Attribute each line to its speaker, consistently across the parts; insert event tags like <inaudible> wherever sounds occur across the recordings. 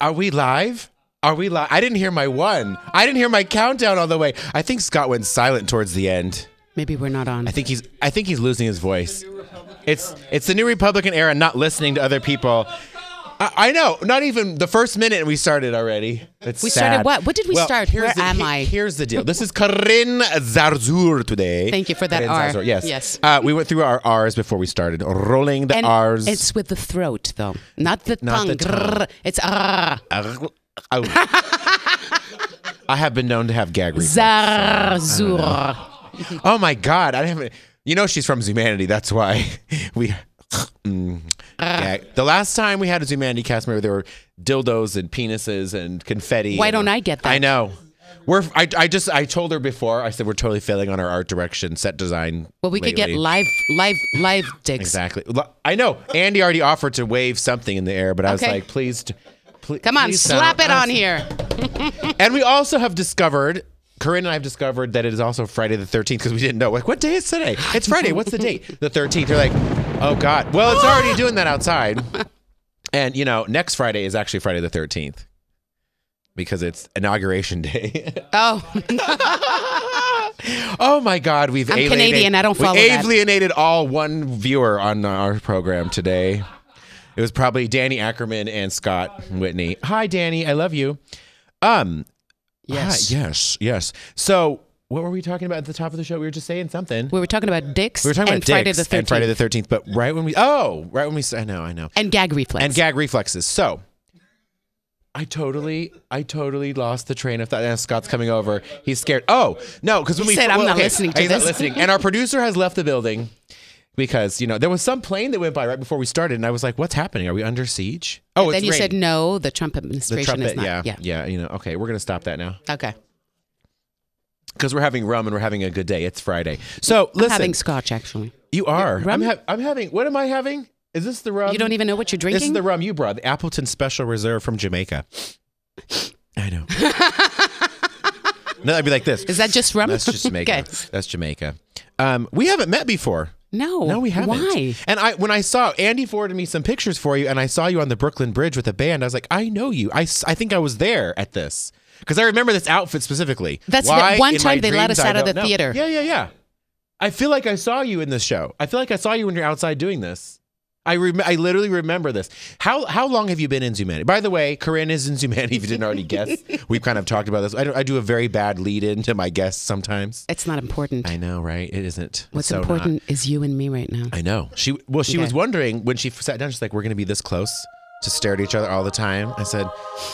Speaker 1: Are we live? Are we live? I didn't hear my one. I didn't hear my countdown all the way. I think Scott went silent towards the end.
Speaker 2: Maybe we're not on.
Speaker 1: I think he's. I think he's losing his voice. It's it's the new Republican era, not listening to other people. I, I know. Not even the first minute we started already. It's
Speaker 2: We started
Speaker 1: sad.
Speaker 2: what? What did we
Speaker 1: Well,
Speaker 2: start?
Speaker 1: here's
Speaker 2: Where
Speaker 1: the-
Speaker 2: am
Speaker 1: he-
Speaker 2: I?
Speaker 1: Here's the deal. This is Karin Zarzur today.
Speaker 2: Thank you for that
Speaker 1: Karin
Speaker 2: R.
Speaker 1: Zarzur, Yes.
Speaker 2: Yes.
Speaker 1: Uh, we went through our R's before we started. Rolling the
Speaker 2: and
Speaker 1: R's.
Speaker 2: It's with the throat though, not the
Speaker 1: Not
Speaker 2: tongue.
Speaker 1: the tongue.
Speaker 2: Grrr. It's ah.
Speaker 1: Oh. I have been known to have gag reflex.
Speaker 2: Zarzur.
Speaker 1: Oh my god, I haven't. You know she's from Zumanity. That's why <laughs> we. Mm, gag. The last time we had a Zumanity cast member, there were dildos and penises and confetti.
Speaker 2: Why
Speaker 1: and-
Speaker 2: don't I get that?
Speaker 1: I know. We're. I, I just. I told her before. I said we're totally failing on our art direction, set design.
Speaker 2: Well, we could get
Speaker 1: lately.
Speaker 2: live, live, live dicks.
Speaker 1: Exactly. Lo- I know. Andy already offered to wave something in the air, but I was
Speaker 2: Okay.
Speaker 1: like, please. d- Please,
Speaker 2: Come on,
Speaker 1: please
Speaker 2: slap
Speaker 1: don't.
Speaker 2: it on here.
Speaker 1: And we also have discovered, Corinne and I have discovered that it is also Friday the 13th because we didn't know. Like, what day is today? It's Friday. What's the date? The 13th. You're like, oh God. Well, it's already doing that outside.
Speaker 2: <laughs>
Speaker 1: And, you know, next Friday is actually Friday the 13th because it's inauguration day. <laughs>
Speaker 2: Oh,
Speaker 1: oh my God. We've
Speaker 2: I'm
Speaker 1: alienated-
Speaker 2: Canadian, I don't follow
Speaker 1: we
Speaker 2: that.
Speaker 1: alienated all one viewer on our program today. It was probably Danny Ackerman and Scott Whitney. Hi, Danny. I love you. Um,
Speaker 2: yes.
Speaker 1: Ah, yes, yes. So, what were we talking about at the top of the show? We were just saying something.
Speaker 2: We were talking about dicks.
Speaker 1: We were talking
Speaker 2: and
Speaker 1: about
Speaker 2: Friday
Speaker 1: dicks
Speaker 2: the 13th.
Speaker 1: and Friday the Thirteenth, but right when we oh, right when we s- I know, I know,
Speaker 2: And gag reflex.
Speaker 1: and gag reflexes. So, I totally, I totally lost the train of thought. And Scott's coming over. He's scared. Oh no, because when
Speaker 2: He
Speaker 1: we
Speaker 2: said, "I'm not listening to
Speaker 1: he's not
Speaker 2: this."
Speaker 1: listening. And our producer has left the building because you know there was some plane that went by right before we started, and I was like, "What's happening? Are we under siege?" Oh,
Speaker 2: Then
Speaker 1: it's
Speaker 2: you
Speaker 1: raining.
Speaker 2: said no. The Trump
Speaker 1: the
Speaker 2: administration
Speaker 1: trumpet.
Speaker 2: is not.
Speaker 1: yeah, yeah. You know, okay, we're gonna stop that now.
Speaker 2: Okay.
Speaker 1: because we're having rum and we're having a good day. It's Friday. So listen,
Speaker 2: Having scotch actually.
Speaker 1: you are.
Speaker 2: rum?
Speaker 1: I'm, ha- I'm having. What am I having? Is this the rum?
Speaker 2: You don't even know what you're drinking.
Speaker 1: This is the rum you brought, the Appleton Special Reserve from Jamaica. I
Speaker 2: <laughs>
Speaker 1: know. no, I'd be like this.
Speaker 2: Is that just rum?
Speaker 1: That's just Jamaica.
Speaker 2: <laughs> Okay.
Speaker 1: That's Jamaica. Um, we haven't met before.
Speaker 2: No.
Speaker 1: No, we haven't.
Speaker 2: Why?
Speaker 1: And I, when I saw Andy forwarded me some pictures for you, and I saw you on the Brooklyn Bridge with a band, I was like, I know you. I, s- I think I was there at this because I remember this outfit specifically.
Speaker 2: That's
Speaker 1: Why
Speaker 2: the one
Speaker 1: in my
Speaker 2: time they let
Speaker 1: dreams,
Speaker 2: us
Speaker 1: I
Speaker 2: out of
Speaker 1: don't
Speaker 2: the
Speaker 1: know.
Speaker 2: theater.
Speaker 1: Yeah, yeah, yeah. I feel like I saw you in this show. I feel like I saw you when you're outside doing this. I rem- I literally remember this. How how long have you been in Zumani? By the way, Corinne is in Zumani. <laughs> If you didn't already
Speaker 2: <laughs>
Speaker 1: guess, we've kind of talked about this. I, do- I do a very bad lead in to my guests sometimes.
Speaker 2: It's not important.
Speaker 1: I know, right? It isn't. It's
Speaker 2: What's
Speaker 1: so not.
Speaker 2: important is you and me right now.
Speaker 1: I know. She well, she was
Speaker 2: Okay.
Speaker 1: wondering when she sat down. She's like, "We're gonna be this close to stare at each other all the time." I said,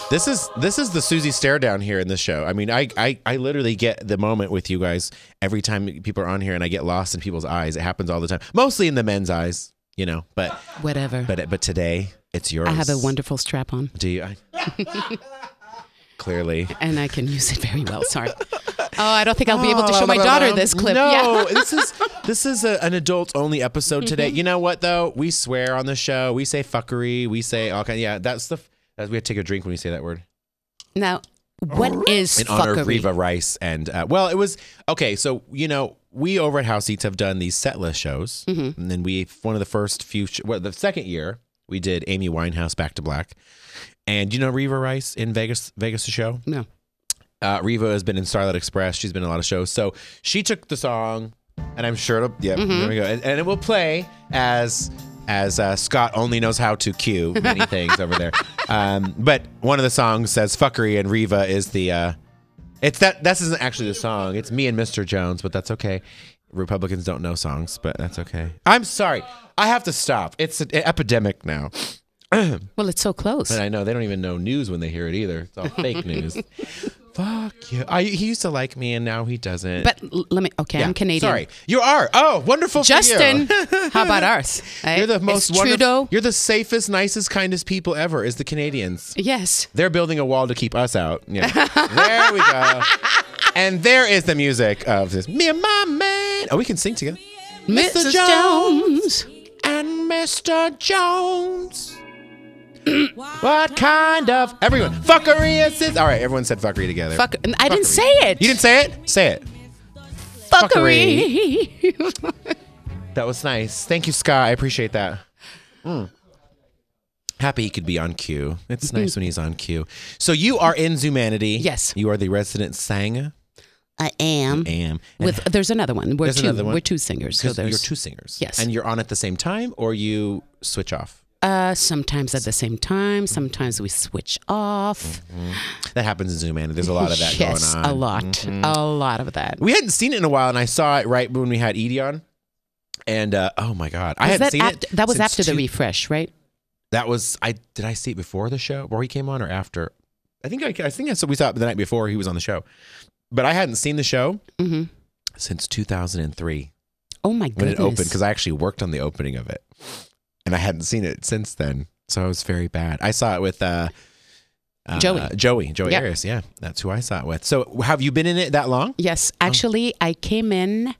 Speaker 1: "This is this is the Susie stare down here in this show. I mean, I I, I literally get the moment with you guys every time people are on here, and I get lost in people's eyes. It happens all the time, mostly in the men's eyes, you know. But
Speaker 2: Whatever.
Speaker 1: but but today it's yours.
Speaker 2: I have a wonderful strap on,
Speaker 1: Do you? I,
Speaker 2: <laughs>
Speaker 1: clearly.
Speaker 2: and I can use it very
Speaker 1: <laughs>
Speaker 2: well. Sorry. Oh, I don't think I'll be able
Speaker 1: Oh,
Speaker 2: to show my daughter this clip.
Speaker 1: No,
Speaker 2: <laughs> Yeah.
Speaker 1: this is this is a, an adult only episode today.
Speaker 2: Mm-hmm.
Speaker 1: You know what though? We swear on the show. We say fuckery. We say all kind. Yeah, that's the. That's, we have to take a drink when we say that word.
Speaker 2: Now, what is
Speaker 1: In honor of
Speaker 2: fuckery?
Speaker 1: Reva Rice and uh, well, it was okay. So you know, we over at House Seats have done these set list shows, and then we one of the first few. Sh- well, the second year we did Amy Winehouse Back to Black, and you know Reva Rice in Vegas, Vegas the show.
Speaker 2: No.
Speaker 1: Uh, Reva has been in Starlight Express. She's been in a lot of shows. So she took the song, and I'm sure it'll. Yeah, there we go. And, and it will play as as uh, Scott only knows how to cue many things over there. Um, but one of the songs says "fuckery," and Reva is the. Uh, it's that. This isn't actually the song. It's me and Mr. Jones, but that's okay. Republicans don't know songs, but that's okay. I'm sorry. I have to stop. It's an epidemic now.
Speaker 2: Well, it's so close.
Speaker 1: And I know they don't even know news when they hear it either. It's all
Speaker 2: <laughs>
Speaker 1: fake news. Fuck you. I, he used to like me and now he doesn't.
Speaker 2: But l- let me. Okay,
Speaker 1: Yeah.
Speaker 2: I'm Canadian.
Speaker 1: Sorry. You are. Oh, wonderful. for you.
Speaker 2: Justin,
Speaker 1: <laughs>
Speaker 2: how about ours? Eh?
Speaker 1: You're the most
Speaker 2: Is
Speaker 1: wonderful.
Speaker 2: Trudeau.
Speaker 1: You're the safest, nicest, kindest people ever. Is the Canadians?
Speaker 2: Yes.
Speaker 1: They're building a wall to keep us out. Yeah. there we go. And there is the music of this. Me and my man. Oh, we can sing together.
Speaker 2: Mrs.
Speaker 1: Jones.
Speaker 2: Jones.
Speaker 1: and Mr. Jones. <clears throat> what kind of everyone fuckery is this? All right, everyone said fuckery together.
Speaker 2: Fuck. I
Speaker 1: Fuckery.
Speaker 2: didn't say it.
Speaker 1: You didn't say it. Say it.
Speaker 2: Fuckery.
Speaker 1: That was nice. Thank you, Scott. I appreciate that. Mm. Hmm. Happy he could be on cue. It's nice when he's on cue. So you are in Zumanity.
Speaker 2: Yes.
Speaker 1: You are the resident singer.
Speaker 2: I am.
Speaker 1: Am. And
Speaker 2: With there's another one. We're
Speaker 1: There's
Speaker 2: two.
Speaker 1: another one.
Speaker 2: We're two singers. So
Speaker 1: 'cause you're
Speaker 2: there's
Speaker 1: two singers.
Speaker 2: Yes.
Speaker 1: And you're on at the same time or you switch off.
Speaker 2: uh, sometimes at the same time. Sometimes we switch off.
Speaker 1: That happens in Zumanity. There's a lot of that
Speaker 2: yes,
Speaker 1: going on. Mm-hmm.
Speaker 2: a lot, a lot of that.
Speaker 1: We hadn't seen it in a while, and I saw it right when we had Edie on. And uh, oh my god, I
Speaker 2: Was
Speaker 1: hadn't
Speaker 2: that
Speaker 1: seen
Speaker 2: after,
Speaker 1: it.
Speaker 2: That was
Speaker 1: since
Speaker 2: after the
Speaker 1: two-
Speaker 2: refresh, right?
Speaker 1: That was I did I see it before the show where he came on or after? I think I, I think I saw we saw it the night before he was on the show, but I hadn't seen the show
Speaker 2: hmm
Speaker 1: since 2003
Speaker 2: Oh my
Speaker 1: when
Speaker 2: goodness!
Speaker 1: it opened because I actually worked on the opening of it, and I hadn't seen it since then. So I was very bad. I saw it with uh, uh,
Speaker 2: Joey.
Speaker 1: Joey, Joey
Speaker 2: Yep.
Speaker 1: Arias. Yeah, that's who I saw it with. So have you been in it that long?
Speaker 2: yes, actually, I came in.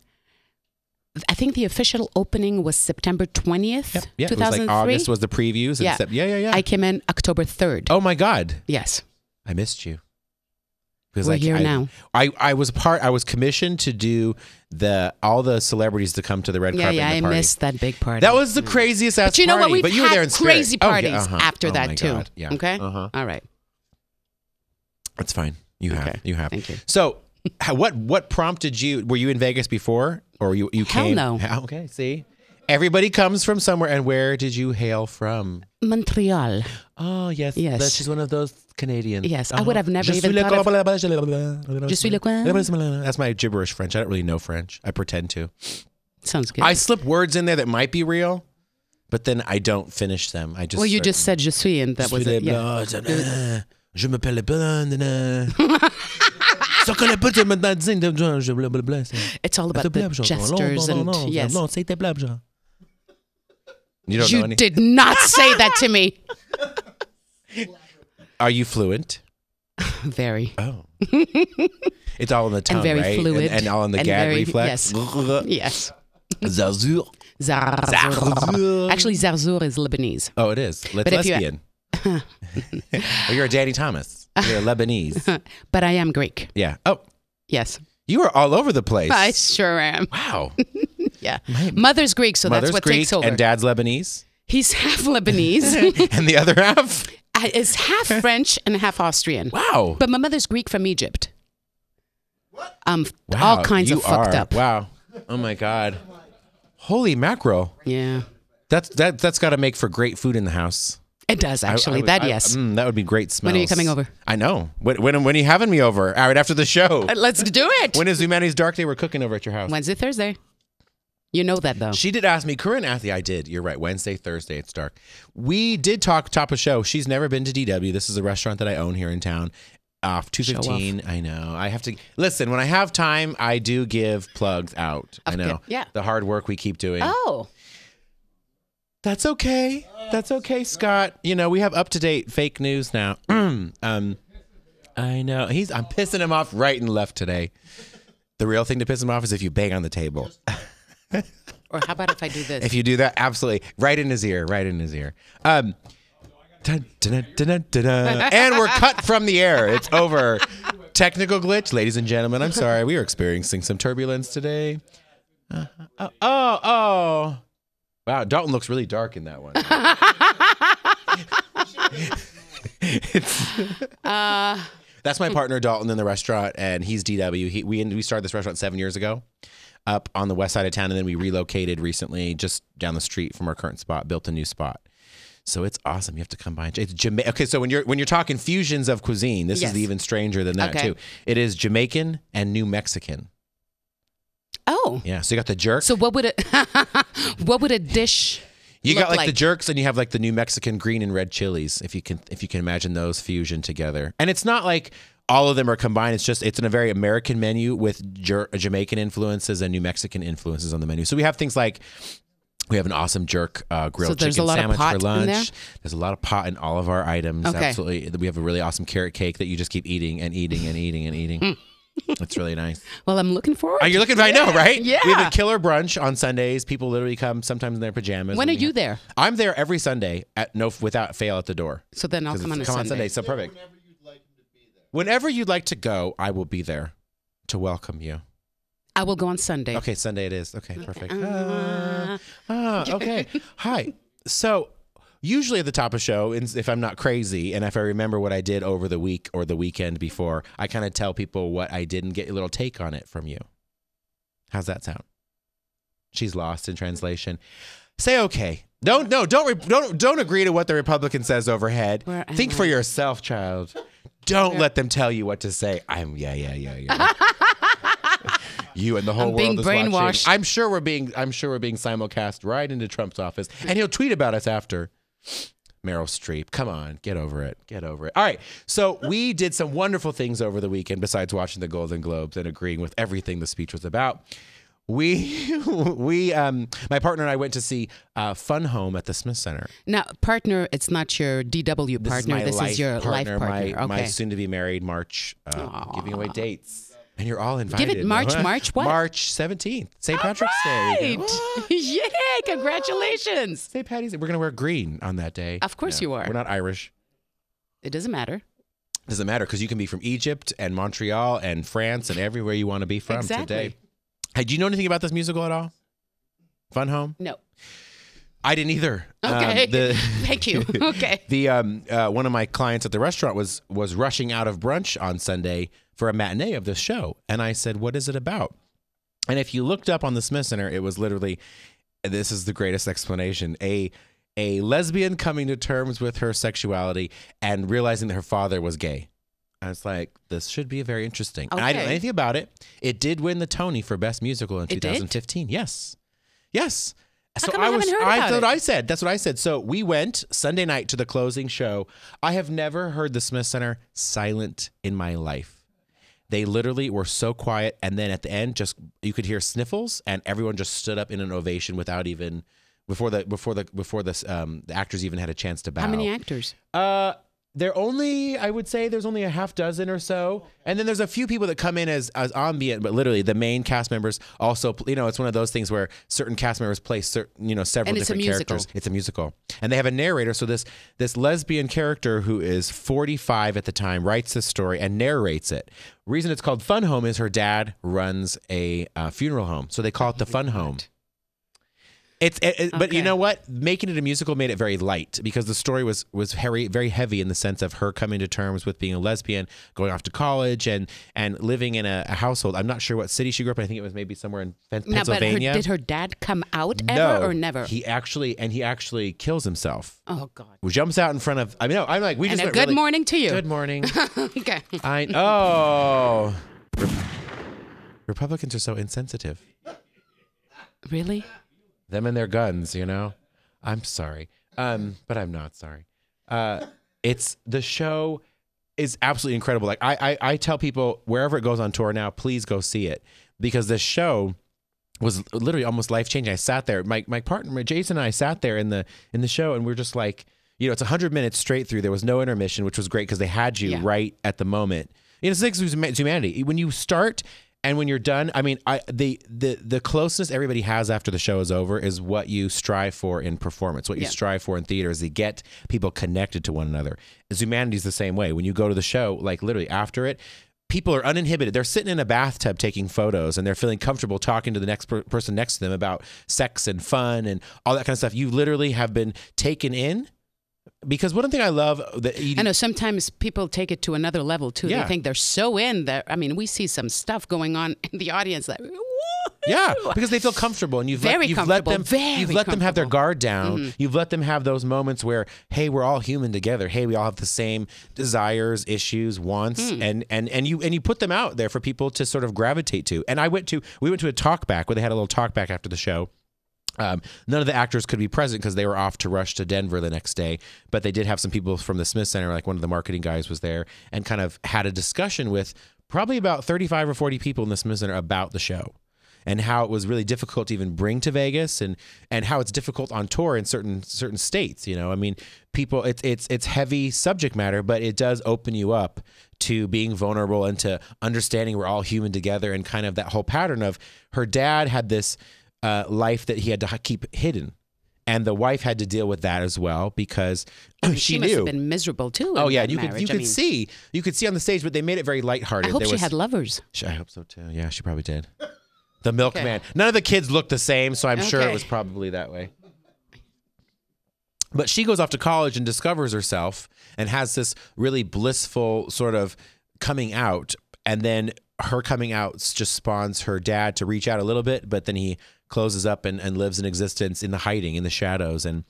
Speaker 2: I think the official opening was September twentieth,
Speaker 1: Yeah,
Speaker 2: two
Speaker 1: it was
Speaker 2: thousand
Speaker 1: like
Speaker 2: three.
Speaker 1: August was the previews. And
Speaker 2: Yeah.
Speaker 1: Sep- yeah, yeah, yeah.
Speaker 2: I came in October third.
Speaker 1: oh my god.
Speaker 2: Yes,
Speaker 1: I missed you. Because
Speaker 2: We're
Speaker 1: like,
Speaker 2: here
Speaker 1: I,
Speaker 2: now.
Speaker 1: I, I was a part. I was commissioned to do the all the celebrities to come to the red
Speaker 2: yeah,
Speaker 1: carpet.
Speaker 2: yeah.
Speaker 1: and the
Speaker 2: I
Speaker 1: party.
Speaker 2: missed that big party. Mm.
Speaker 1: That was the craziest.
Speaker 2: But you know what? We've
Speaker 1: but you
Speaker 2: had
Speaker 1: were there in spirit.
Speaker 2: crazy
Speaker 1: Oh, yeah,
Speaker 2: parties
Speaker 1: uh-huh.
Speaker 2: after
Speaker 1: Oh my
Speaker 2: that too.
Speaker 1: God, Yeah.
Speaker 2: Okay.
Speaker 1: Uh huh.
Speaker 2: All right.
Speaker 1: That's fine. You have.
Speaker 2: Okay.
Speaker 1: You have.
Speaker 2: Thank you.
Speaker 1: So, how, what what prompted you? Were you in Vegas before, or you you
Speaker 2: Hell
Speaker 1: came?
Speaker 2: no.
Speaker 1: Hell- Okay. See, everybody comes from somewhere. And where did you hail from?
Speaker 2: Montreal.
Speaker 1: Oh yes,
Speaker 2: Yes.
Speaker 1: that- she's one of those Canadians. Uh-huh.
Speaker 2: Yes, I would have never
Speaker 1: Je
Speaker 2: even
Speaker 1: suis le
Speaker 2: thought of-
Speaker 1: blah, blah, blah, blah, blah.
Speaker 2: Je suis le quoi?
Speaker 1: That's my gibberish French. I don't really know French. I pretend to.
Speaker 2: Sounds good.
Speaker 1: I slip words in there that might be real, but then I don't finish them. I just
Speaker 2: well, you just said je suis, and that
Speaker 1: Je
Speaker 2: was
Speaker 1: suis
Speaker 2: it.
Speaker 1: le
Speaker 2: Yeah.
Speaker 1: blah, blah, blah. euh, Je m'appelle le blah, blah,
Speaker 2: <laughs>
Speaker 1: blah. Ça connaît pas, tu me donnes digne de- je- blah, blah, blah.
Speaker 2: It's all about
Speaker 1: C'est
Speaker 2: the
Speaker 1: blah, genre. Non,
Speaker 2: gestures
Speaker 1: non,
Speaker 2: and
Speaker 1: non, non,
Speaker 2: yes.
Speaker 1: non, c'était blah, genre. You don't know
Speaker 2: You
Speaker 1: any? <laughs>
Speaker 2: did not say that to me.
Speaker 1: Are you fluent?
Speaker 2: Very.
Speaker 1: Oh. <laughs> it's all in the tongue,
Speaker 2: very
Speaker 1: right?
Speaker 2: fluid.
Speaker 1: And, and all in the
Speaker 2: And
Speaker 1: gag
Speaker 2: very-
Speaker 1: reflex. <laughs>
Speaker 2: Yes.
Speaker 1: Zarzur.
Speaker 2: Zarzour.
Speaker 1: Zarzur.
Speaker 2: Actually, Zarzour is Lebanese.
Speaker 1: Oh, it is. Let's
Speaker 2: But if you- <laughs>
Speaker 1: lesbian. Well, you're a Danny Thomas. You're a
Speaker 2: <laughs>
Speaker 1: Lebanese.
Speaker 2: But I am Greek.
Speaker 1: yeah. Oh,
Speaker 2: Yes.
Speaker 1: you are all over the place.
Speaker 2: I sure am.
Speaker 1: Wow.
Speaker 2: Yeah. Mother's Greek, so
Speaker 1: Mother's
Speaker 2: that's what
Speaker 1: Greek
Speaker 2: takes over.
Speaker 1: and dad's Lebanese,
Speaker 2: He's half Lebanese.
Speaker 1: <laughs>
Speaker 2: <laughs>
Speaker 1: and the other half.
Speaker 2: I- is half French and half Austrian.
Speaker 1: Wow.
Speaker 2: But my mother's Greek from Egypt. What? Um,
Speaker 1: wow.
Speaker 2: all kinds of
Speaker 1: you are.
Speaker 2: fucked up.
Speaker 1: Wow. Oh my God. Holy mackerel.
Speaker 2: Yeah,
Speaker 1: That's that. That's got to make for great food in the house.
Speaker 2: it does
Speaker 1: I- I
Speaker 2: actually.
Speaker 1: would-
Speaker 2: that
Speaker 1: I-
Speaker 2: yes.
Speaker 1: mm, that would be great. Smells.
Speaker 2: are you coming over?
Speaker 1: I know. When when, when are you having me over? All right, after the show.
Speaker 2: <laughs> Uh, Let's do it.
Speaker 1: When is Humanity's Dark Day? We're cooking over at your house.
Speaker 2: Wednesday, Thursday. You know that though.
Speaker 1: She did ask me. Corinne asked me. I did. You're right. Wednesday, Thursday, it's dark. We did talk top of show. She's never been to DW. This is a restaurant that I own here in town. Off two fifteen. I know. I have to listen. When I have time, I do give plugs out. I
Speaker 2: Okay.
Speaker 1: know.
Speaker 2: Yeah.
Speaker 1: The hard work we keep doing.
Speaker 2: Oh,
Speaker 1: That's okay. That's okay, Scott. You know we have up to date fake news now. <clears throat> um, I know. He's. I'm pissing him off right and left today. The real thing to piss him off is if you bang on the table.
Speaker 2: or how about if I do this?
Speaker 1: If you do that, absolutely. Right in his ear, right in his ear. Um, dun, dun, dun, dun, dun, dun. and we're cut from the air. It's over. Technical glitch, ladies and gentlemen. I'm sorry. We were experiencing some turbulence today. Uh, oh, oh. Wow, Dalton looks really dark in that one. It's- That's
Speaker 2: Hmm.
Speaker 1: my partner Dalton in the restaurant, and he's DW. He, we we started this restaurant seven years ago, up on the west side of town, and then we relocated recently, just down the street from our current spot, built a new spot. So it's awesome. You have to come by. and It's Jama- okay. So when you're when you're talking fusions of cuisine, this
Speaker 2: Yes.
Speaker 1: is even stranger than that
Speaker 2: Okay.
Speaker 1: too. It is Jamaican and New Mexican.
Speaker 2: oh,
Speaker 1: Yeah. So you got the jerk.
Speaker 2: so what would it? <laughs> what would a dish?
Speaker 1: You got
Speaker 2: look
Speaker 1: like, the
Speaker 2: like-
Speaker 1: jerks, and you have like the New Mexican green and red chilies. If you can, if you can imagine those fusion together, and it's not like all of them are combined. It's just it's in a very American menu with jer- Jamaican influences and New Mexican influences on the menu. So we have things like we have an awesome jerk uh, grilled
Speaker 2: So there's
Speaker 1: chicken
Speaker 2: a lot of
Speaker 1: sandwich
Speaker 2: pot
Speaker 1: for
Speaker 2: in
Speaker 1: lunch.
Speaker 2: there?
Speaker 1: There's a lot of pot in all of our items.
Speaker 2: Okay.
Speaker 1: Absolutely, we have a really awesome carrot cake that you just keep eating and eating and eating and eating. It's really
Speaker 2: <laughs>
Speaker 1: nice.
Speaker 2: Well, I'm looking forward.
Speaker 1: Are you looking? I know, right?
Speaker 2: Mm. yeah.
Speaker 1: We have a killer brunch on Sundays. People literally come sometimes in their pajamas.
Speaker 2: when
Speaker 1: and we
Speaker 2: are
Speaker 1: have-
Speaker 2: you there?
Speaker 1: I'm there every Sunday at no without fail at the door.
Speaker 2: So then I'll
Speaker 1: 'Cause
Speaker 2: come on a
Speaker 1: it's-
Speaker 2: Sunday.
Speaker 1: so perfect. Whenever you'd like to go, I will be there to welcome you.
Speaker 2: I will go on Sunday. Uh-huh.
Speaker 1: Okay, Sunday it is. Okay, perfect.
Speaker 2: <laughs> Uh,
Speaker 1: Ah, ah, okay. Hi. So usually at the top of show, in- if I'm not crazy and if I remember what I did over the week or the weekend before, I kind of tell people what I did and get a little take on it from you. How's that sound? She's lost in translation. Say okay. Don't no don't re- don't don't agree to what the Republican says overhead.
Speaker 2: Where am
Speaker 1: Think for
Speaker 2: I?
Speaker 1: yourself, child. Don't let them tell you what to say. I'm yeah yeah yeah yeah. you and the whole
Speaker 2: I'm
Speaker 1: world
Speaker 2: being
Speaker 1: is
Speaker 2: brainwashed.
Speaker 1: watching. I'm sure we're being I'm sure we're being simulcast right into Trump's office, and he'll tweet about us after. Meryl Streep, come on, get over it, get over it. All right, so we did some wonderful things over the weekend besides watching the Golden Globes and agreeing with everything the speech was about. We, <laughs> we, um, my partner and I went to see uh, Fun Home at the Smith Center.
Speaker 2: Now, partner, it's not your DW
Speaker 1: This
Speaker 2: partner.
Speaker 1: is my
Speaker 2: this
Speaker 1: life
Speaker 2: is your
Speaker 1: partner,
Speaker 2: life partner.
Speaker 1: My, my
Speaker 2: okay.
Speaker 1: soon-to-be married March, uh, giving away dates, and you're all invited. <laughs>
Speaker 2: March, March what?
Speaker 1: March 17th, St. Patrick's Day.
Speaker 2: Right. <laughs> Yay! Congratulations.
Speaker 1: St. Patty's Day. We're gonna wear green on that day.
Speaker 2: Of course you are.
Speaker 1: We're not Irish.
Speaker 2: It doesn't matter.
Speaker 1: Doesn't matter because you can be from Egypt and Montreal and France and everywhere you want to be from today.
Speaker 2: Exactly.
Speaker 1: Hey, do you know anything about this musical at all? Fun Home?
Speaker 2: No.
Speaker 1: I didn't either. Um,
Speaker 2: Okay.
Speaker 1: the-
Speaker 2: <laughs>
Speaker 1: <laughs>
Speaker 2: Thank you. Okay.
Speaker 1: The um, uh, one of my clients at the restaurant was was rushing out of brunch on Sunday for a matinee of this show, and I said, "What is it about?" And if you looked up on the Smith Center, it was literally, this is the greatest explanation: a a lesbian coming to terms with her sexuality and realizing that her father was gay. I was like, this should be very interesting. And I didn't know
Speaker 2: Okay.
Speaker 1: anything about it. It did win the Tony for Best Musical in
Speaker 2: did?
Speaker 1: 2015. Yes. Yes. so
Speaker 2: come
Speaker 1: I
Speaker 2: I
Speaker 1: was
Speaker 2: haven't heard
Speaker 1: I
Speaker 2: about
Speaker 1: that's what
Speaker 2: it?
Speaker 1: I said. That's what I said. So we went Sunday night to the closing show. I have never heard the Smith Center silent in my life. They literally were so quiet and then at the end just you could hear sniffles and everyone just stood up in an ovation without even before the before the before the um the actors even had a chance to bow.
Speaker 2: How many actors?
Speaker 1: Uh, there only I would say there's only a half dozen or so, and then there's a few people that come in as as ambient, but literally the main cast members also. You know, it's one of those things where certain cast members play certain, you know, several
Speaker 2: And it's a
Speaker 1: different
Speaker 2: musical.
Speaker 1: characters. It's a musical, and they have a narrator. So this this lesbian character who is 45 at the time writes this story and narrates it. Reason it's called Fun Home is her dad runs a uh, funeral home, so they call it the Fun Home. It's it, it- but you
Speaker 2: Okay.
Speaker 1: know what? Making it a musical made it very light because the story was was very very heavy in the sense of her coming to terms with being a lesbian, going off to college, and and living in a, a household. I'm not sure what city she grew up in. I think it was maybe somewhere in Pen-
Speaker 2: No, but her,
Speaker 1: Pennsylvania.
Speaker 2: did her dad come out ever
Speaker 1: no,
Speaker 2: or never?
Speaker 1: He actually and he actually kills himself.
Speaker 2: oh God. <laughs>
Speaker 1: Jumps out in front of. I mean, no, I'm like we
Speaker 2: And
Speaker 1: just
Speaker 2: a
Speaker 1: went
Speaker 2: good
Speaker 1: really-
Speaker 2: morning to you.
Speaker 1: Good
Speaker 2: <laughs>
Speaker 1: morning.
Speaker 2: okay.
Speaker 1: I oh. Rep- Republicans are so insensitive.
Speaker 2: Really?
Speaker 1: them and their guns, you know? I'm sorry. Um, but I'm not sorry. Uh, it's the show is absolutely incredible. Like I, I I tell people wherever it goes on tour now, please go see it because this show was literally almost life changing. I sat there, my my partner Jason and I sat there in the in the show, and we are just like, you know, it's hundred minutes straight through. There was no intermission, which was great because they had you
Speaker 2: Yeah.
Speaker 1: right at the moment. You know, it's like Zoom- humanity. When you start and when you're done, I mean, I the the the closeness everybody has after the show is over is what you strive for in performance. What you
Speaker 2: Yeah.
Speaker 1: strive for in theater is to get people connected to one another. Humanity is the same way. When you go to the show, like literally after it, people are uninhibited. They're sitting in a bathtub taking photos and they're feeling comfortable talking to the next per- person next to them about sex and fun and all that kind of stuff. You literally have been taken in because one thing I love that you,
Speaker 2: I know sometimes people take it to another level too.
Speaker 1: Yeah.
Speaker 2: They think they're so in that. I mean, we see some stuff going on in the audience that.
Speaker 1: Yeah, because they feel comfortable, and you've
Speaker 2: Very
Speaker 1: let, you've let
Speaker 2: comfortable,
Speaker 1: them
Speaker 2: very Mm-hmm.
Speaker 1: you've let them have their guard down. You've let them have those moments where, hey, we're all human together. Hey, we all have the same desires, issues, wants,
Speaker 2: Hmm.
Speaker 1: and and and you and you put them out there for people to sort of gravitate to. And I went to we went to a talk back where they had a little talk back after the show. Um, none of the actors could be present because they were off to rush to Denver the next day. But they did have some people from the Smith Center, like one of the marketing guys was there, and kind of had a discussion with probably about 35 or 40 people in the Smith Center about the show and how it was really difficult to even bring to Vegas and and how it's difficult on tour in certain certain states. You know, I mean, people, it's it's it's heavy subject matter, but it does open you up to being vulnerable and to understanding we're all human together and kind of that whole pattern of her dad had this uh, life that he had to h- keep hidden. And the wife had to deal with that as well because <clears throat> she,
Speaker 2: She,
Speaker 1: knew.
Speaker 2: must have been miserable too.
Speaker 1: oh
Speaker 2: in
Speaker 1: yeah,
Speaker 2: that
Speaker 1: you could
Speaker 2: marriage.
Speaker 1: you
Speaker 2: I
Speaker 1: could
Speaker 2: mean,
Speaker 1: see you could see on the stage, but they made it very
Speaker 2: I
Speaker 1: lighthearted.
Speaker 2: hope
Speaker 1: There
Speaker 2: she
Speaker 1: was-
Speaker 2: had lovers.
Speaker 1: Sh- I hope so too. Yeah, she probably
Speaker 2: <laughs>
Speaker 1: did. The milkman. None of the kids looked the same, so I'm sure it
Speaker 2: Okay.
Speaker 1: was probably that way. But she goes off to college and discovers herself and has this really blissful sort of coming out. And then her coming out just spawns her dad to reach out a little bit, but then he closes up and, and lives an existence in the hiding, in the shadows. And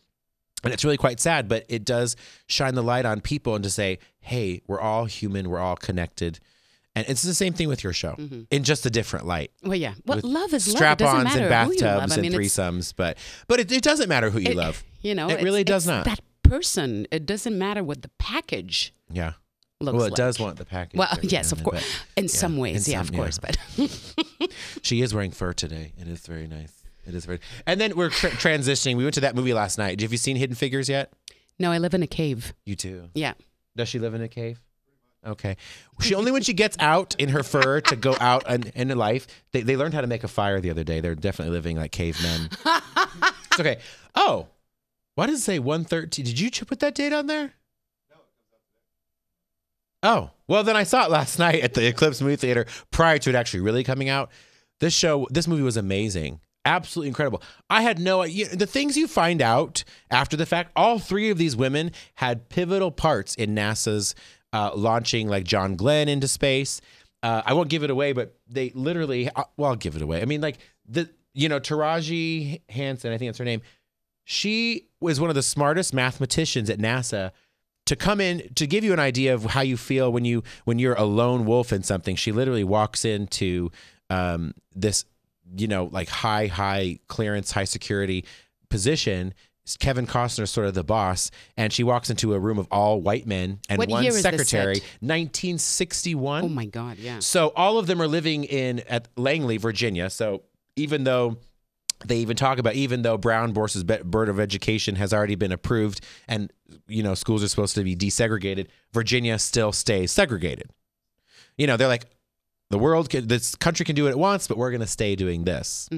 Speaker 1: and it's really quite sad, but it does shine the light on people and to say, hey, we're all human, we're all connected. And it's the same thing with your show in just a different light.
Speaker 2: Well, yeah. Well,
Speaker 1: With
Speaker 2: love is love. It doesn't
Speaker 1: Strap-ons and
Speaker 2: matter who you love.
Speaker 1: bathtubs
Speaker 2: I
Speaker 1: and
Speaker 2: mean, it's-
Speaker 1: threesomes, but but it, it doesn't matter who you
Speaker 2: it-
Speaker 1: love.
Speaker 2: You know,
Speaker 1: It
Speaker 2: it's-
Speaker 1: really does
Speaker 2: it's
Speaker 1: not.
Speaker 2: That person. It doesn't matter what the package
Speaker 1: Yeah.
Speaker 2: looks
Speaker 1: well, it
Speaker 2: like.
Speaker 1: does want the package.
Speaker 2: Well,
Speaker 1: that we
Speaker 2: yes, of
Speaker 1: have,
Speaker 2: course. In some
Speaker 1: in
Speaker 2: ways, yeah,
Speaker 1: some-
Speaker 2: of
Speaker 1: yeah.
Speaker 2: course. But <laughs>
Speaker 1: but She is wearing fur today. It is very nice. It is very. And then we're tra- transitioning. We went to that movie last night. Have you seen Hidden Figures yet?
Speaker 2: no, I live in a cave.
Speaker 1: You too.
Speaker 2: Yeah.
Speaker 1: Does she live in a cave? Okay. She only when she gets out in her fur to go out and into life. They they learned how to make a fire the other day. They're definitely living like
Speaker 2: <laughs>
Speaker 1: cavemen. it's okay. Oh, why does it say one thirteen? Did you ch- put that date on there? Oh, well then I saw it last <laughs> night at the Eclipse movie theater prior to it actually really coming out. This show, this movie was amazing. Absolutely incredible. I had no idea. The things you find out after the fact, all three of these women had pivotal parts in NASA's uh, launching like John Glenn into space. Uh, I won't give it away, but they literally, uh, well, I'll give it away. I mean, like the, you know, Taraji Hansen, I think that's her name. She was one of the smartest mathematicians at NASA to come in to give you an idea of how you feel when you when you're a lone wolf in something. She literally walks into um, this, you know, like high high clearance, high security position. Kevin Costner's sort of the boss, and she walks into a room of all white men and
Speaker 2: What
Speaker 1: one
Speaker 2: year is this set?
Speaker 1: secretary. 1961.
Speaker 2: Oh my God. Yeah.
Speaker 1: So all of them are living in at Langley, Virginia. So even though they even talk about even though Brown versus Be- Board of Education has already been approved and you know schools are supposed to be desegregated, Virginia still stays segregated. You know, they're like the world can, this country can do what it wants, but we're going to stay doing this.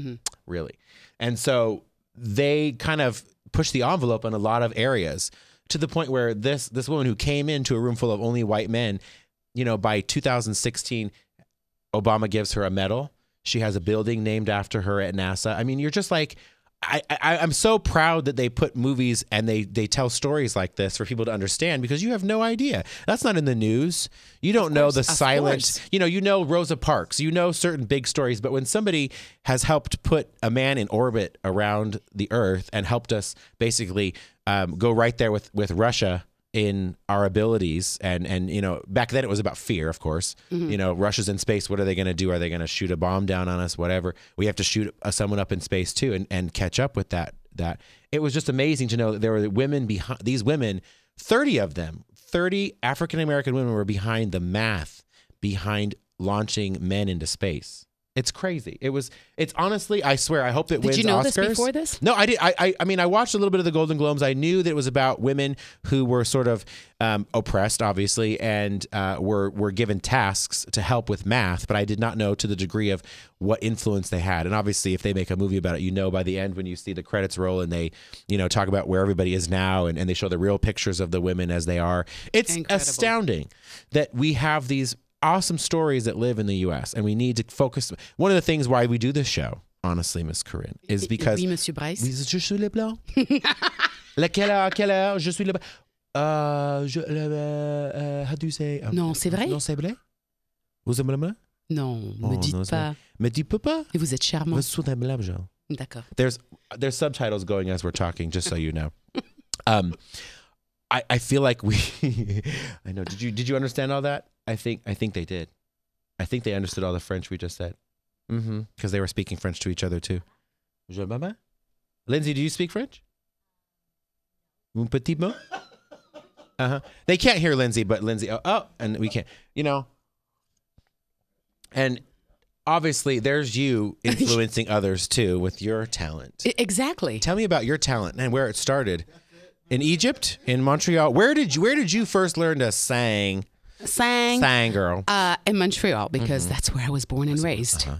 Speaker 1: Really. And so they kind of push the envelope in a lot of areas to the point where this this woman who came into a room full of only white men, you know, by 2016 Obama gives her a medal. She has a building named after her at NASA. I mean, you're just like, I, I I'm so proud that they put movies and they they tell stories like this for people to understand because you have no idea. That's not in the news. You don't know the
Speaker 2: of
Speaker 1: silent.
Speaker 2: course.
Speaker 1: You know, you know Rosa Parks. You know certain big stories, but when somebody has helped put a man in orbit around the Earth and helped us basically um, go right there with with Russia in our abilities and and you know back then it was about fear of course you know russia's in space what are they going to do are they going to shoot a bomb down on us whatever we have to shoot uh, someone up in space too and and catch up with that that it was just amazing to know that there were women behind these women 30 of them 30 african american women were behind the math behind launching men into space it's crazy. It was. It's honestly. I swear. I hope it wins
Speaker 2: you know
Speaker 1: Oscars.
Speaker 2: this before this?
Speaker 1: No, I did. I, I. I mean, I watched a little bit of the Golden Globes. I knew that it was about women who were sort of um, oppressed, obviously, and uh, were were given tasks to help with math. But I did not know to the degree of what influence they had. And obviously, if they make a movie about it, you know by the end when you see the credits roll and they, you know, talk about where everybody is now and, and they show the real pictures of the women as they are. It's
Speaker 2: Incredible.
Speaker 1: astounding that we have these awesome stories that live in the U.S. and we need to focus. One of the things why we do this show, honestly, Miss Corinne, is because
Speaker 2: Oui, Monsieur Bryce.
Speaker 1: Oui, je suis le blanc.
Speaker 2: <laughs>
Speaker 1: La quelle heure? Quelle heure? Je suis le blanc. Uh, je, le, uh, how do you say? um,
Speaker 2: Non, c'est vrai?
Speaker 1: Non, c'est vrai. Vous aimez le blanc?
Speaker 2: Non,
Speaker 1: Oh,
Speaker 2: me dites
Speaker 1: non, c'est
Speaker 2: pas.
Speaker 1: Mais dis papa,
Speaker 2: Et vous êtes charmant.
Speaker 1: vous êtes blanc, genre.
Speaker 2: D'accord.
Speaker 1: There's there's subtitles going as we're talking, just so you know. <laughs> Um, I I feel like we, <laughs> I know. Did you did you understand all that? I think I think they did. I think they understood all the French we just said. Mm-hmm. Because they were speaking French to each other too. Je maman. Lindsay, do you speak French? Un petit mot. Uh huh. They can't hear Lindsay, but Lindsay. Oh, oh, and we can't. You know. And obviously, there's you influencing others too with your talent.
Speaker 2: I- E, exactly.
Speaker 1: Tell me about your talent and where it started. In Egypt, in Montreal, where did you where did you first learn to sing?
Speaker 2: Sang.
Speaker 1: Sang Mm-hmm. girl.
Speaker 2: Uh, in Montreal, because that's where I was born and raised.
Speaker 1: Uh,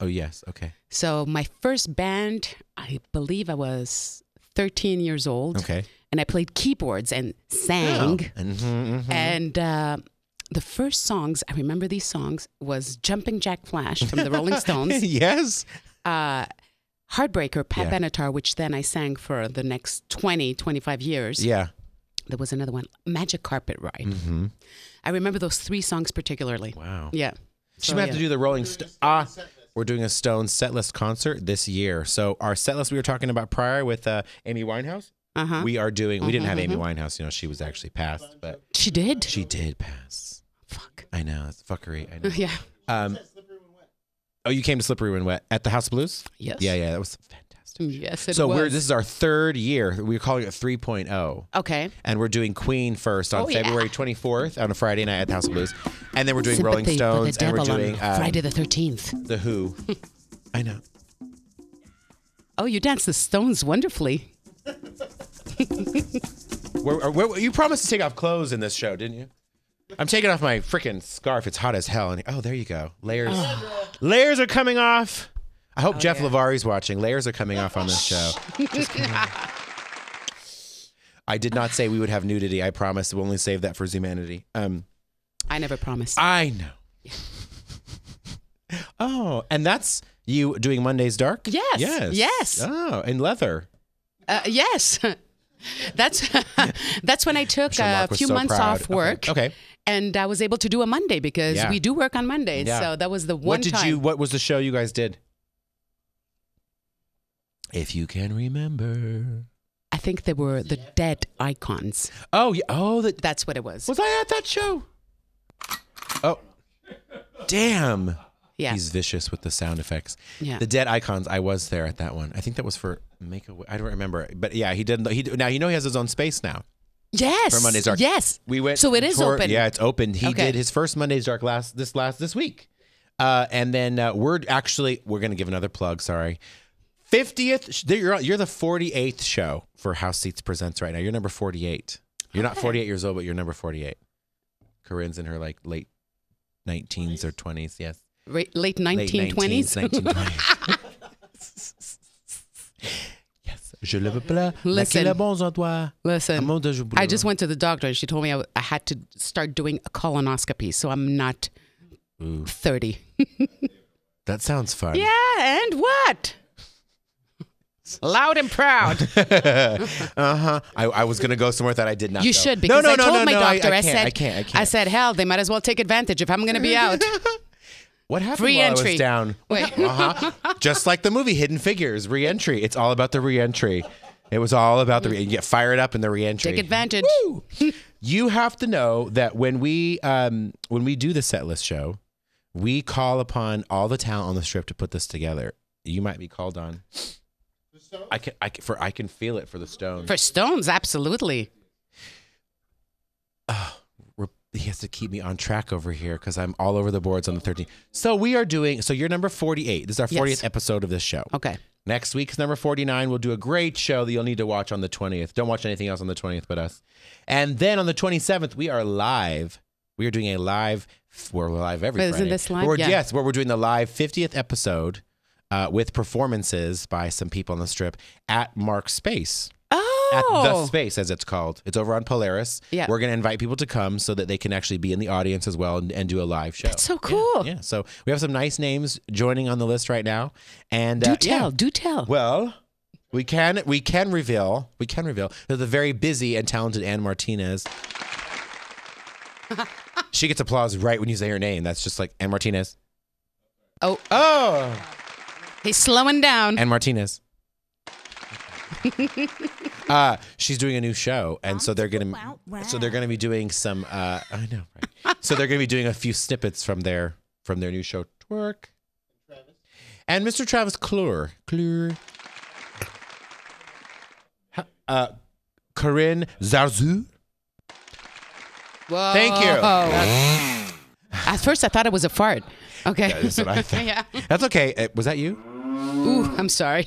Speaker 1: Oh yes. Okay.
Speaker 2: So my first band, I believe I was 13 years old.
Speaker 1: Okay.
Speaker 2: And I played keyboards and sang.
Speaker 1: Mhm, mhm.
Speaker 2: And uh, the first songs, I
Speaker 1: <laughs>
Speaker 2: remember these songs, was Jumping Jack Flash from the Rolling Stones.
Speaker 1: yes.
Speaker 2: Uh, Heartbreaker, Pat
Speaker 1: Yeah.
Speaker 2: Benatar, which then I sang for the next 20, 25 years.
Speaker 1: Yeah. Mm-hmm.
Speaker 2: There was another one, Magic Carpet Ride. I remember those three songs particularly.
Speaker 1: Wow.
Speaker 2: Yeah.
Speaker 1: She
Speaker 2: So,
Speaker 1: might have
Speaker 2: yeah.
Speaker 1: to do the Rolling Stone. Ah, we're doing a Stone setlist concert this year. So our setlist we were talking about prior with uh, Amy Winehouse.
Speaker 2: Uh-huh. mm-hmm.
Speaker 1: We are doing. We didn't have Amy Winehouse. You know, she was actually passed, but
Speaker 2: She did?
Speaker 1: she did pass.
Speaker 2: Fuck. <laughs>
Speaker 1: I know. It's fuckery. I know.
Speaker 2: Yeah.
Speaker 1: Um, oh, you came to Slippery When Wet at the House of Blues.
Speaker 2: Yes.
Speaker 1: Yeah, yeah. That was fantastic.
Speaker 2: Yes, it
Speaker 1: so
Speaker 2: was.
Speaker 1: we're this is our third year. We're calling it 3.0.
Speaker 2: okay.
Speaker 1: and we're doing Queen first on
Speaker 2: Oh, yeah.
Speaker 1: February 24th on a Friday night at the House of Blues, and then we're doing Rolling
Speaker 2: Sympathy for
Speaker 1: Stones,
Speaker 2: the
Speaker 1: and we're
Speaker 2: Devil on
Speaker 1: doing um,
Speaker 2: Friday the 13th.
Speaker 1: the
Speaker 2: <laughs>
Speaker 1: Who. I know.
Speaker 2: Oh, you danced the Stones wonderfully.
Speaker 1: Where, where, you promised to take off clothes in this show, didn't you? I'm taking off my freaking scarf. It's hot as hell. And oh, there you go. Layers, layers are coming off. I
Speaker 2: Oh,
Speaker 1: hope Jeff Lavari's watching. Layers are coming off on this show. Just kidding. I did not say we would have nudity. I promised. We'll only save that for humanity. Um,
Speaker 2: I never promised.
Speaker 1: I
Speaker 2: <laughs>
Speaker 1: know. oh, and that's you doing Monday's Dark?
Speaker 2: Yes,
Speaker 1: Yes.
Speaker 2: yes.
Speaker 1: Oh, and leather.
Speaker 2: Uh, yes. <laughs> That's <laughs> that's when I took
Speaker 1: sure Mark
Speaker 2: a
Speaker 1: was
Speaker 2: few
Speaker 1: so
Speaker 2: months
Speaker 1: proud.
Speaker 2: off
Speaker 1: Okay,
Speaker 2: work.
Speaker 1: okay.
Speaker 2: And I was able to do a Monday because
Speaker 1: Yeah.
Speaker 2: we do work on Mondays.
Speaker 1: Yeah.
Speaker 2: So that was the one
Speaker 1: what did
Speaker 2: time.
Speaker 1: you what was the show you guys did? If you can remember.
Speaker 2: I think they were the dead icons.
Speaker 1: Oh, yeah. Oh, that
Speaker 2: That's what it was.
Speaker 1: was I at that show? Oh. Damn.
Speaker 2: Yeah.
Speaker 1: He's vicious with the sound effects.
Speaker 2: Yeah.
Speaker 1: The Dead Icons. I was there at that one. I think that was for Make a. Wi- I don't remember, but yeah, he did. He now you know he has his own space now.
Speaker 2: yes.
Speaker 1: for Monday's Dark.
Speaker 2: Yes.
Speaker 1: we went.
Speaker 2: So it is
Speaker 1: tour-
Speaker 2: open.
Speaker 1: Yeah, it's open. He
Speaker 2: Okay.
Speaker 1: did his first Monday's Dark last this last this week, uh, and then uh, we're actually we're gonna give another plug. Sorry, fiftieth. You're you're the forty eighth show for House Seats Presents right now. You're number forty eight. You're not forty eight years old, but you're number forty eight. Corinne's in her like late nineteens or twenties. Yes,
Speaker 2: Ra- late
Speaker 1: late
Speaker 2: 1920s.
Speaker 1: nineteen twenties.
Speaker 2: <laughs>
Speaker 1: Yes, je le veux plein.
Speaker 2: Listen.
Speaker 1: La bon en toi.
Speaker 2: Listen.
Speaker 1: Amant de je
Speaker 2: I just went to the doctor and she told me I, I had to start doing a colonoscopy, so I'm not
Speaker 1: <laughs>
Speaker 2: 30.
Speaker 1: That sounds fun.
Speaker 2: Yeah, and what? Loud
Speaker 1: <laughs>
Speaker 2: and proud.
Speaker 1: Uh huh. I, I was gonna go somewhere that I did not.
Speaker 2: You
Speaker 1: go.
Speaker 2: should
Speaker 1: no,
Speaker 2: because
Speaker 1: no,
Speaker 2: I
Speaker 1: no,
Speaker 2: told
Speaker 1: no,
Speaker 2: my
Speaker 1: no, I-
Speaker 2: doctor.
Speaker 1: I,
Speaker 2: I,
Speaker 1: can't,
Speaker 2: said,
Speaker 1: I can't. I can't.
Speaker 2: said, hell, they might as well take advantage if I'm going to
Speaker 1: <laughs>
Speaker 2: be out.
Speaker 1: what happened
Speaker 2: free
Speaker 1: while I was
Speaker 2: entry.
Speaker 1: down?
Speaker 2: Wait.
Speaker 1: <laughs> Uh huh. Just like the movie Hidden Figures, re-entry. It's all about the re-entry. It was all about the re- you get fired up in the re-entry.
Speaker 2: Take advantage.
Speaker 1: Woo! you have to know that when we um when we do the set list show, we call upon all the talent on the strip to put this together. You might be called on. I can, I can, for I can feel it for the stone.
Speaker 2: For stones, absolutely.
Speaker 1: Re- he has to keep me on track over here because I'm all over the boards on the 13th. So we are doing. So you're number 48. This is our 40th
Speaker 2: Yes.
Speaker 1: episode of this show.
Speaker 2: Okay.
Speaker 1: Next week's number 49. We'll do a great show that you'll need to watch on the 20th. Don't watch anything else on the 20th but us. And then on the 27th, we are live. We are doing a live. We're live every
Speaker 2: Isn't
Speaker 1: Friday.
Speaker 2: this live?
Speaker 1: We're-
Speaker 2: Yeah.
Speaker 1: Yes, where we're doing the live 50th episode uh, with performances by some people on the strip at Mark's Space at the
Speaker 2: Oh.
Speaker 1: space as it's called it's over on polaris
Speaker 2: Yeah.
Speaker 1: we're going to invite people to come so that they can actually be in the audience as well and, and do a live show
Speaker 2: That's so cool.
Speaker 1: yeah so we have some nice names joining on the list right now and
Speaker 2: Do
Speaker 1: uh, yeah.
Speaker 2: tell. Do tell.
Speaker 1: well we can we can reveal we can reveal that the very busy and talented ann martinez she gets applause right when you say her name that's just like ann martinez
Speaker 2: oh,
Speaker 1: oh
Speaker 2: he's slowing down.
Speaker 1: and Martinez. uh, she's doing a new show, and so they're gonna so they're gonna be doing some. Uh, I know, right? so they're gonna be doing a few snippets from their from their new show Twerk. And Mr. Travis Clure, Clure, Ha- uh, Corinne Zarzu.
Speaker 2: Whoa.
Speaker 1: Thank you.
Speaker 2: At first, I thought it was a fart. Okay.
Speaker 1: That's what
Speaker 2: <laughs>
Speaker 1: I think.
Speaker 2: yeah.
Speaker 1: That's okay. Uh, was that you?
Speaker 2: Ooh, I'm sorry.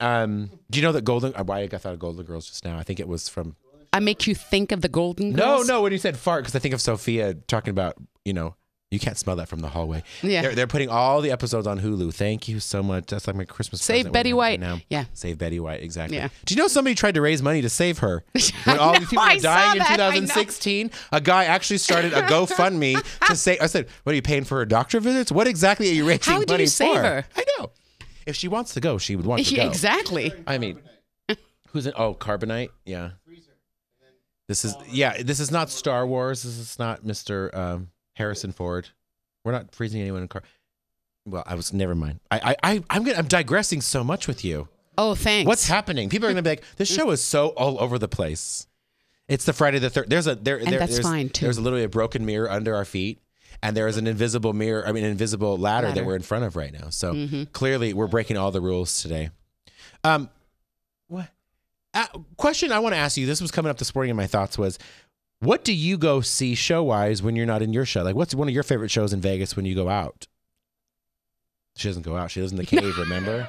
Speaker 1: Um, do you know that Golden? uh, Why I thought of Golden Girls just now? I think it was from
Speaker 2: I make you think of the Golden
Speaker 1: No,
Speaker 2: Girls. <laughs>
Speaker 1: no. When you said fart, because I think of Sophia talking about, you know, you can't smell that from the hallway.
Speaker 2: Yeah.
Speaker 1: They're, they're putting all the episodes on Hulu. Thank you so much. That's like my Christmas.
Speaker 2: Save
Speaker 1: present
Speaker 2: Betty
Speaker 1: we're having
Speaker 2: White. Yeah.
Speaker 1: Save Betty White. Exactly.
Speaker 2: Yeah.
Speaker 1: Do you know somebody tried to raise money to save her when all these
Speaker 2: know,
Speaker 1: people
Speaker 2: <laughs> I
Speaker 1: were
Speaker 2: saw
Speaker 1: dying in
Speaker 2: that, I know.
Speaker 1: 2016? A guy actually started a
Speaker 2: <laughs>
Speaker 1: GoFundMe to say. I said, "What are you paying for her doctor visits? What exactly are you raising
Speaker 2: How do
Speaker 1: money
Speaker 2: you save
Speaker 1: for?"
Speaker 2: her?
Speaker 1: I know. if she wants to go, she would want to
Speaker 2: Yeah,
Speaker 1: go.
Speaker 2: exactly.
Speaker 1: I
Speaker 2: <laughs>
Speaker 1: mean, who's in? Oh, Carbonite. Yeah. This is yeah. This is not Star Wars. This is not Mr. Um, Harrison Ford. We're not freezing anyone in car. Well, I was never mind. I I, I I'm gonna, I'm digressing so much with you.
Speaker 2: Oh, thanks.
Speaker 1: What's happening? People are gonna be like, this show is so all over the place. It's the Friday the third. There's a there, there-
Speaker 2: that's
Speaker 1: there's,
Speaker 2: fine, too.
Speaker 1: There's literally a broken mirror under our feet, and there is an invisible mirror. I mean, invisible ladder, that
Speaker 2: Ladder.
Speaker 1: we're in front of right now. So
Speaker 2: Mm-hmm.
Speaker 1: clearly, we're breaking all the rules today. Um, what uh, question I want to ask you? This was coming up this morning in my thoughts was. What do you go see show wise when you're not in your show? Like, what's one of your favorite shows in Vegas when you go out? She doesn't go out. She
Speaker 2: <laughs>
Speaker 1: lives in the cave, remember?
Speaker 2: <laughs>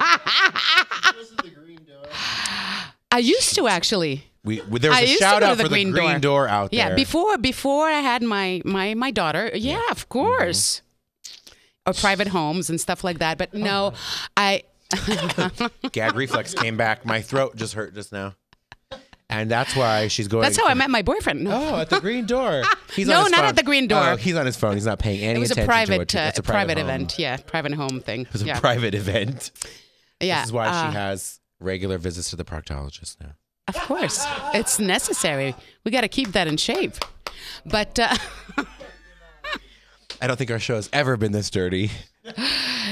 Speaker 2: I used to actually.
Speaker 1: We, we there was
Speaker 2: I
Speaker 1: a
Speaker 2: used to
Speaker 1: shout
Speaker 2: go to
Speaker 1: out
Speaker 2: the
Speaker 1: for
Speaker 2: Green
Speaker 1: the green
Speaker 2: Door.
Speaker 1: door, out
Speaker 2: Yeah,
Speaker 1: there.
Speaker 2: before before I had my my my daughter. Yeah, of course. Or private homes and stuff like that. But no,
Speaker 1: Oh.
Speaker 2: I
Speaker 1: Gag
Speaker 2: <laughs>
Speaker 1: reflex came back. My throat just hurt just now, and that's why she's going.
Speaker 2: that's how I met my boyfriend. No.
Speaker 1: <laughs> Oh, at the green
Speaker 2: <laughs>
Speaker 1: door. He's
Speaker 2: No,
Speaker 1: on his
Speaker 2: not
Speaker 1: phone.
Speaker 2: at the green door.
Speaker 1: Oh, he's on his phone. He's not paying any
Speaker 2: it was a
Speaker 1: attention to
Speaker 2: private,
Speaker 1: what you-
Speaker 2: uh,
Speaker 1: it's a
Speaker 2: private,
Speaker 1: home.
Speaker 2: event. Yeah, private home thing.
Speaker 1: It was
Speaker 2: yeah.
Speaker 1: a private event.
Speaker 2: <laughs> yeah.
Speaker 1: This is why
Speaker 2: Uh,
Speaker 1: she has regular visits to the proctologist now.
Speaker 2: Of course, it's necessary. We got to keep that in shape. But uh, <laughs>
Speaker 1: I don't think our show has ever been this dirty,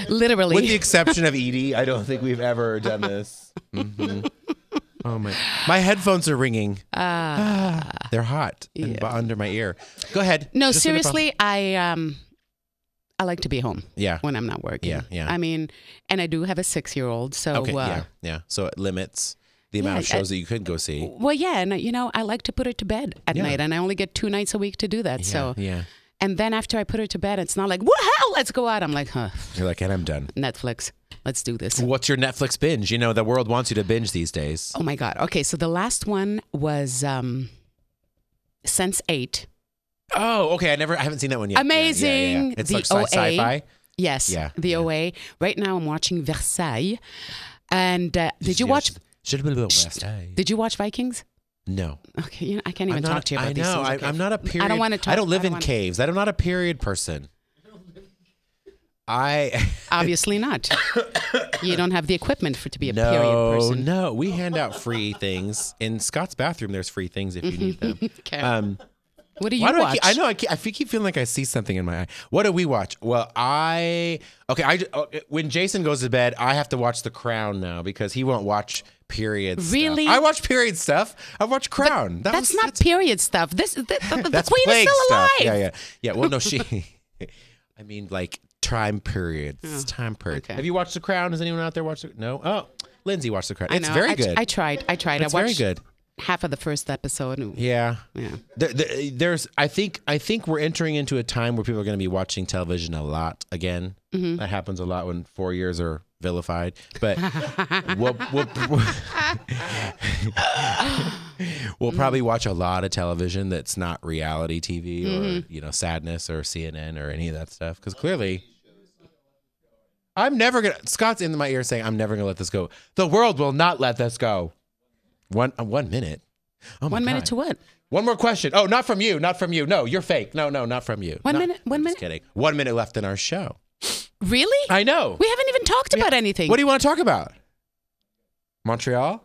Speaker 2: literally,
Speaker 1: with the exception of Edie. I don't think we've ever done
Speaker 2: <laughs>
Speaker 1: this. Mhm. Oh my! My headphones are ringing. Ah, <sighs> they're hot and bu- under my ear. Go ahead.
Speaker 2: Uh, no,
Speaker 1: Just gonna follow-
Speaker 2: seriously, I um, I like to be home.
Speaker 1: Yeah.
Speaker 2: when I'm not working.
Speaker 1: Yeah, yeah.
Speaker 2: I mean, and I do have a six year old, so
Speaker 1: Okay.
Speaker 2: uh,
Speaker 1: yeah. Yeah. So it limits the amount of
Speaker 2: Yeah, I-
Speaker 1: shows that you could go see.
Speaker 2: well, yeah, and uh, you know, I like to put her to bed at
Speaker 1: Yeah.
Speaker 2: night, and I only get two nights a week to do that.
Speaker 1: Yeah,
Speaker 2: so,
Speaker 1: yeah.
Speaker 2: and then after I put her to bed, it's not like, well, let's go out. I'm like, huh,
Speaker 1: You're like, and I'm done.
Speaker 2: Netflix, let's do this.
Speaker 1: What's your Netflix binge? You know, the world wants you to binge these days.
Speaker 2: Oh my God. Okay, so the last one was um, Sense Eight.
Speaker 1: Oh, okay. I never, I haven't seen that one yet. Yeah, yeah, Yeah,
Speaker 2: Amazing.
Speaker 1: It's
Speaker 2: The
Speaker 1: like sci-
Speaker 2: OA.
Speaker 1: sci-fi.
Speaker 2: Yes.
Speaker 1: Yeah,
Speaker 2: The OA. Right now, I'm watching Versailles. And uh, did you watch?
Speaker 1: Should have been West. Eye.
Speaker 2: Did you watch Vikings?
Speaker 1: No,
Speaker 2: Okay, you know, I can't even
Speaker 1: I'm not-
Speaker 2: talk to you about
Speaker 1: I
Speaker 2: these
Speaker 1: know.
Speaker 2: things.
Speaker 1: I,
Speaker 2: okay?
Speaker 1: I'm not a period.
Speaker 2: I don't want to talk.
Speaker 1: I don't live in
Speaker 2: wanna-
Speaker 1: caves. I'm not a period person. I
Speaker 2: <coughs> Obviously not. you don't have the equipment for
Speaker 1: <laughs>
Speaker 2: to be a
Speaker 1: no
Speaker 2: period person.
Speaker 1: no. We hand out free things in Scott's bathroom. There's free things if you need them.
Speaker 2: <laughs> Okay.
Speaker 1: Um,
Speaker 2: what do you
Speaker 1: Why do I,
Speaker 2: watch?
Speaker 1: keep, I know I keep, I fe- keep feeling like I see something in my eye. What do we watch? Well, I okay. I ju- oh, when Jason goes to bed, I have to watch The Crown now because he won't watch period. stuff.
Speaker 2: Really?
Speaker 1: I watch period stuff. I watch Crown. That
Speaker 2: That's
Speaker 1: was-
Speaker 2: not period stuff. This the,
Speaker 1: <laughs>
Speaker 2: the, the
Speaker 1: that's
Speaker 2: queen is
Speaker 1: plague
Speaker 2: still alive.
Speaker 1: stuff. Yeah, yeah, yeah. Well, no,
Speaker 2: <laughs>
Speaker 1: she. <laughs> I mean, like time periods. Time periods.
Speaker 2: Oh, okay.
Speaker 1: Have you watched The Crown? Has anyone out there watched? The, no. Oh, Lindsay watched The Crown.
Speaker 2: I
Speaker 1: It's
Speaker 2: know.
Speaker 1: very
Speaker 2: I,
Speaker 1: good.
Speaker 2: I tried. I tried.
Speaker 1: it's
Speaker 2: I
Speaker 1: very
Speaker 2: watched
Speaker 1: good.
Speaker 2: half of the first episode. and-
Speaker 1: Yeah.
Speaker 2: Yeah.
Speaker 1: There, there, there's I think I think we're entering into a time where people are going to be watching television a lot again.
Speaker 2: Mm-hmm.
Speaker 1: That happens a lot when four years are vilified.
Speaker 2: <laughs>
Speaker 1: But we'll, we'll, <laughs> we'll probably watch a lot of television that's not reality TV or
Speaker 2: Mm-hmm.
Speaker 1: you know sadness or CNN or any of that stuff because clearly. I'm never gonna. Scott's in my ear saying, "I'm never gonna let this go. The world will not let this go." One uh, one minute. Oh my
Speaker 2: One minute
Speaker 1: God.
Speaker 2: to what?
Speaker 1: One more question. Oh, not from you. Not from you. No, you're fake. No, no, not from you.
Speaker 2: One
Speaker 1: Not-
Speaker 2: minute- one
Speaker 1: I'm
Speaker 2: minute?
Speaker 1: Just kidding. One minute left in our show.
Speaker 2: Really?
Speaker 1: I know.
Speaker 2: we haven't even talked about anything.
Speaker 1: What do you want to talk about? Montreal.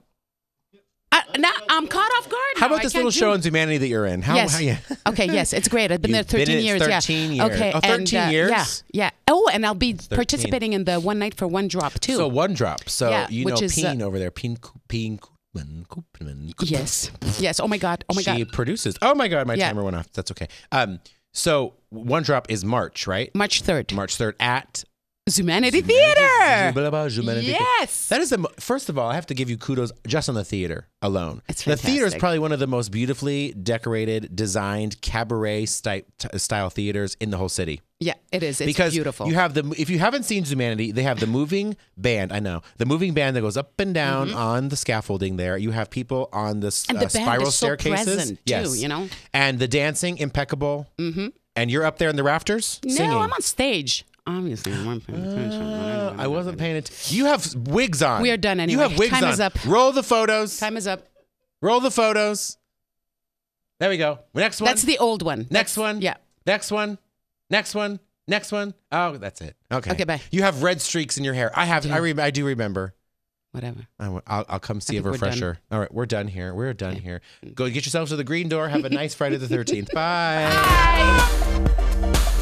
Speaker 2: I, now I'm caught off guard.
Speaker 1: How
Speaker 2: now.
Speaker 1: about
Speaker 2: I
Speaker 1: this
Speaker 2: can't
Speaker 1: little
Speaker 2: do-
Speaker 1: show in humanity that you're in? How,
Speaker 2: Yes.
Speaker 1: how yeah.
Speaker 2: <laughs> okay. Yes, it's great. I've been
Speaker 1: You've
Speaker 2: there 13
Speaker 1: been in
Speaker 2: years. yeah.
Speaker 1: 13 years.
Speaker 2: Okay.
Speaker 1: Oh, 13
Speaker 2: and, uh,
Speaker 1: years?
Speaker 2: Yeah. Yeah. Oh, and I'll be participating in the one night for one drop too.
Speaker 1: So one drop. So
Speaker 2: Yeah,
Speaker 1: you
Speaker 2: which
Speaker 1: know,
Speaker 2: is, uh,
Speaker 1: Peen over there, Peen Ko- Peen Koopman, Koopman. Koopman.
Speaker 2: yes. Yes. Oh my God. Oh my
Speaker 1: she
Speaker 2: God.
Speaker 1: produces. Oh my god, my
Speaker 2: Yeah.
Speaker 1: timer went off. That's okay. Um, so one drop is March, right?
Speaker 2: March 3rd.
Speaker 1: March third at
Speaker 2: Zumanity Theater.
Speaker 1: Blah, blah, humanity.
Speaker 2: Yes.
Speaker 1: That is the mo- first of all. I have to give you kudos just on the theater alone.
Speaker 2: It's
Speaker 1: The theater is
Speaker 2: fantastic.
Speaker 1: probably one of the most beautifully decorated, designed cabaret sty- t- style theaters in the whole city.
Speaker 2: Yeah, it is. It's
Speaker 1: because
Speaker 2: beautiful.
Speaker 1: you have the if you haven't seen Zumanity, they have the moving band. I know the moving band that goes up and down on the scaffolding. There, you have people on the, s-
Speaker 2: Mm-hmm. And
Speaker 1: uh,
Speaker 2: the band
Speaker 1: spiral
Speaker 2: is so
Speaker 1: staircases.
Speaker 2: present, too,
Speaker 1: yes,
Speaker 2: you know?
Speaker 1: and the dancing impeccable. Mm-hmm. And you're up there in the rafters
Speaker 2: no,
Speaker 1: singing.
Speaker 2: I'm on stage. Obviously, I weren't paying attention.
Speaker 1: Uh, I wasn't paying attention. You have wigs on.
Speaker 2: We are done
Speaker 1: You
Speaker 2: anyway.
Speaker 1: have wigs
Speaker 2: Time
Speaker 1: on.
Speaker 2: is up.
Speaker 1: Roll the photos.
Speaker 2: Time is up.
Speaker 1: Roll the photos. There we go. Next one.
Speaker 2: That's the old one.
Speaker 1: next one.
Speaker 2: Yeah.
Speaker 1: Next one. Next one. Next one. Oh, that's it. Okay.
Speaker 2: Okay, bye.
Speaker 1: You have red streaks in your hair. I have. I re- I do remember.
Speaker 2: Whatever.
Speaker 1: I will I'll come see a
Speaker 2: think we're done.
Speaker 1: refresher. All right, we're done here. We're done here.
Speaker 2: <laughs>
Speaker 1: Go get yourselves to the green door. Have a nice Friday the 13th. Bye.
Speaker 2: Bye.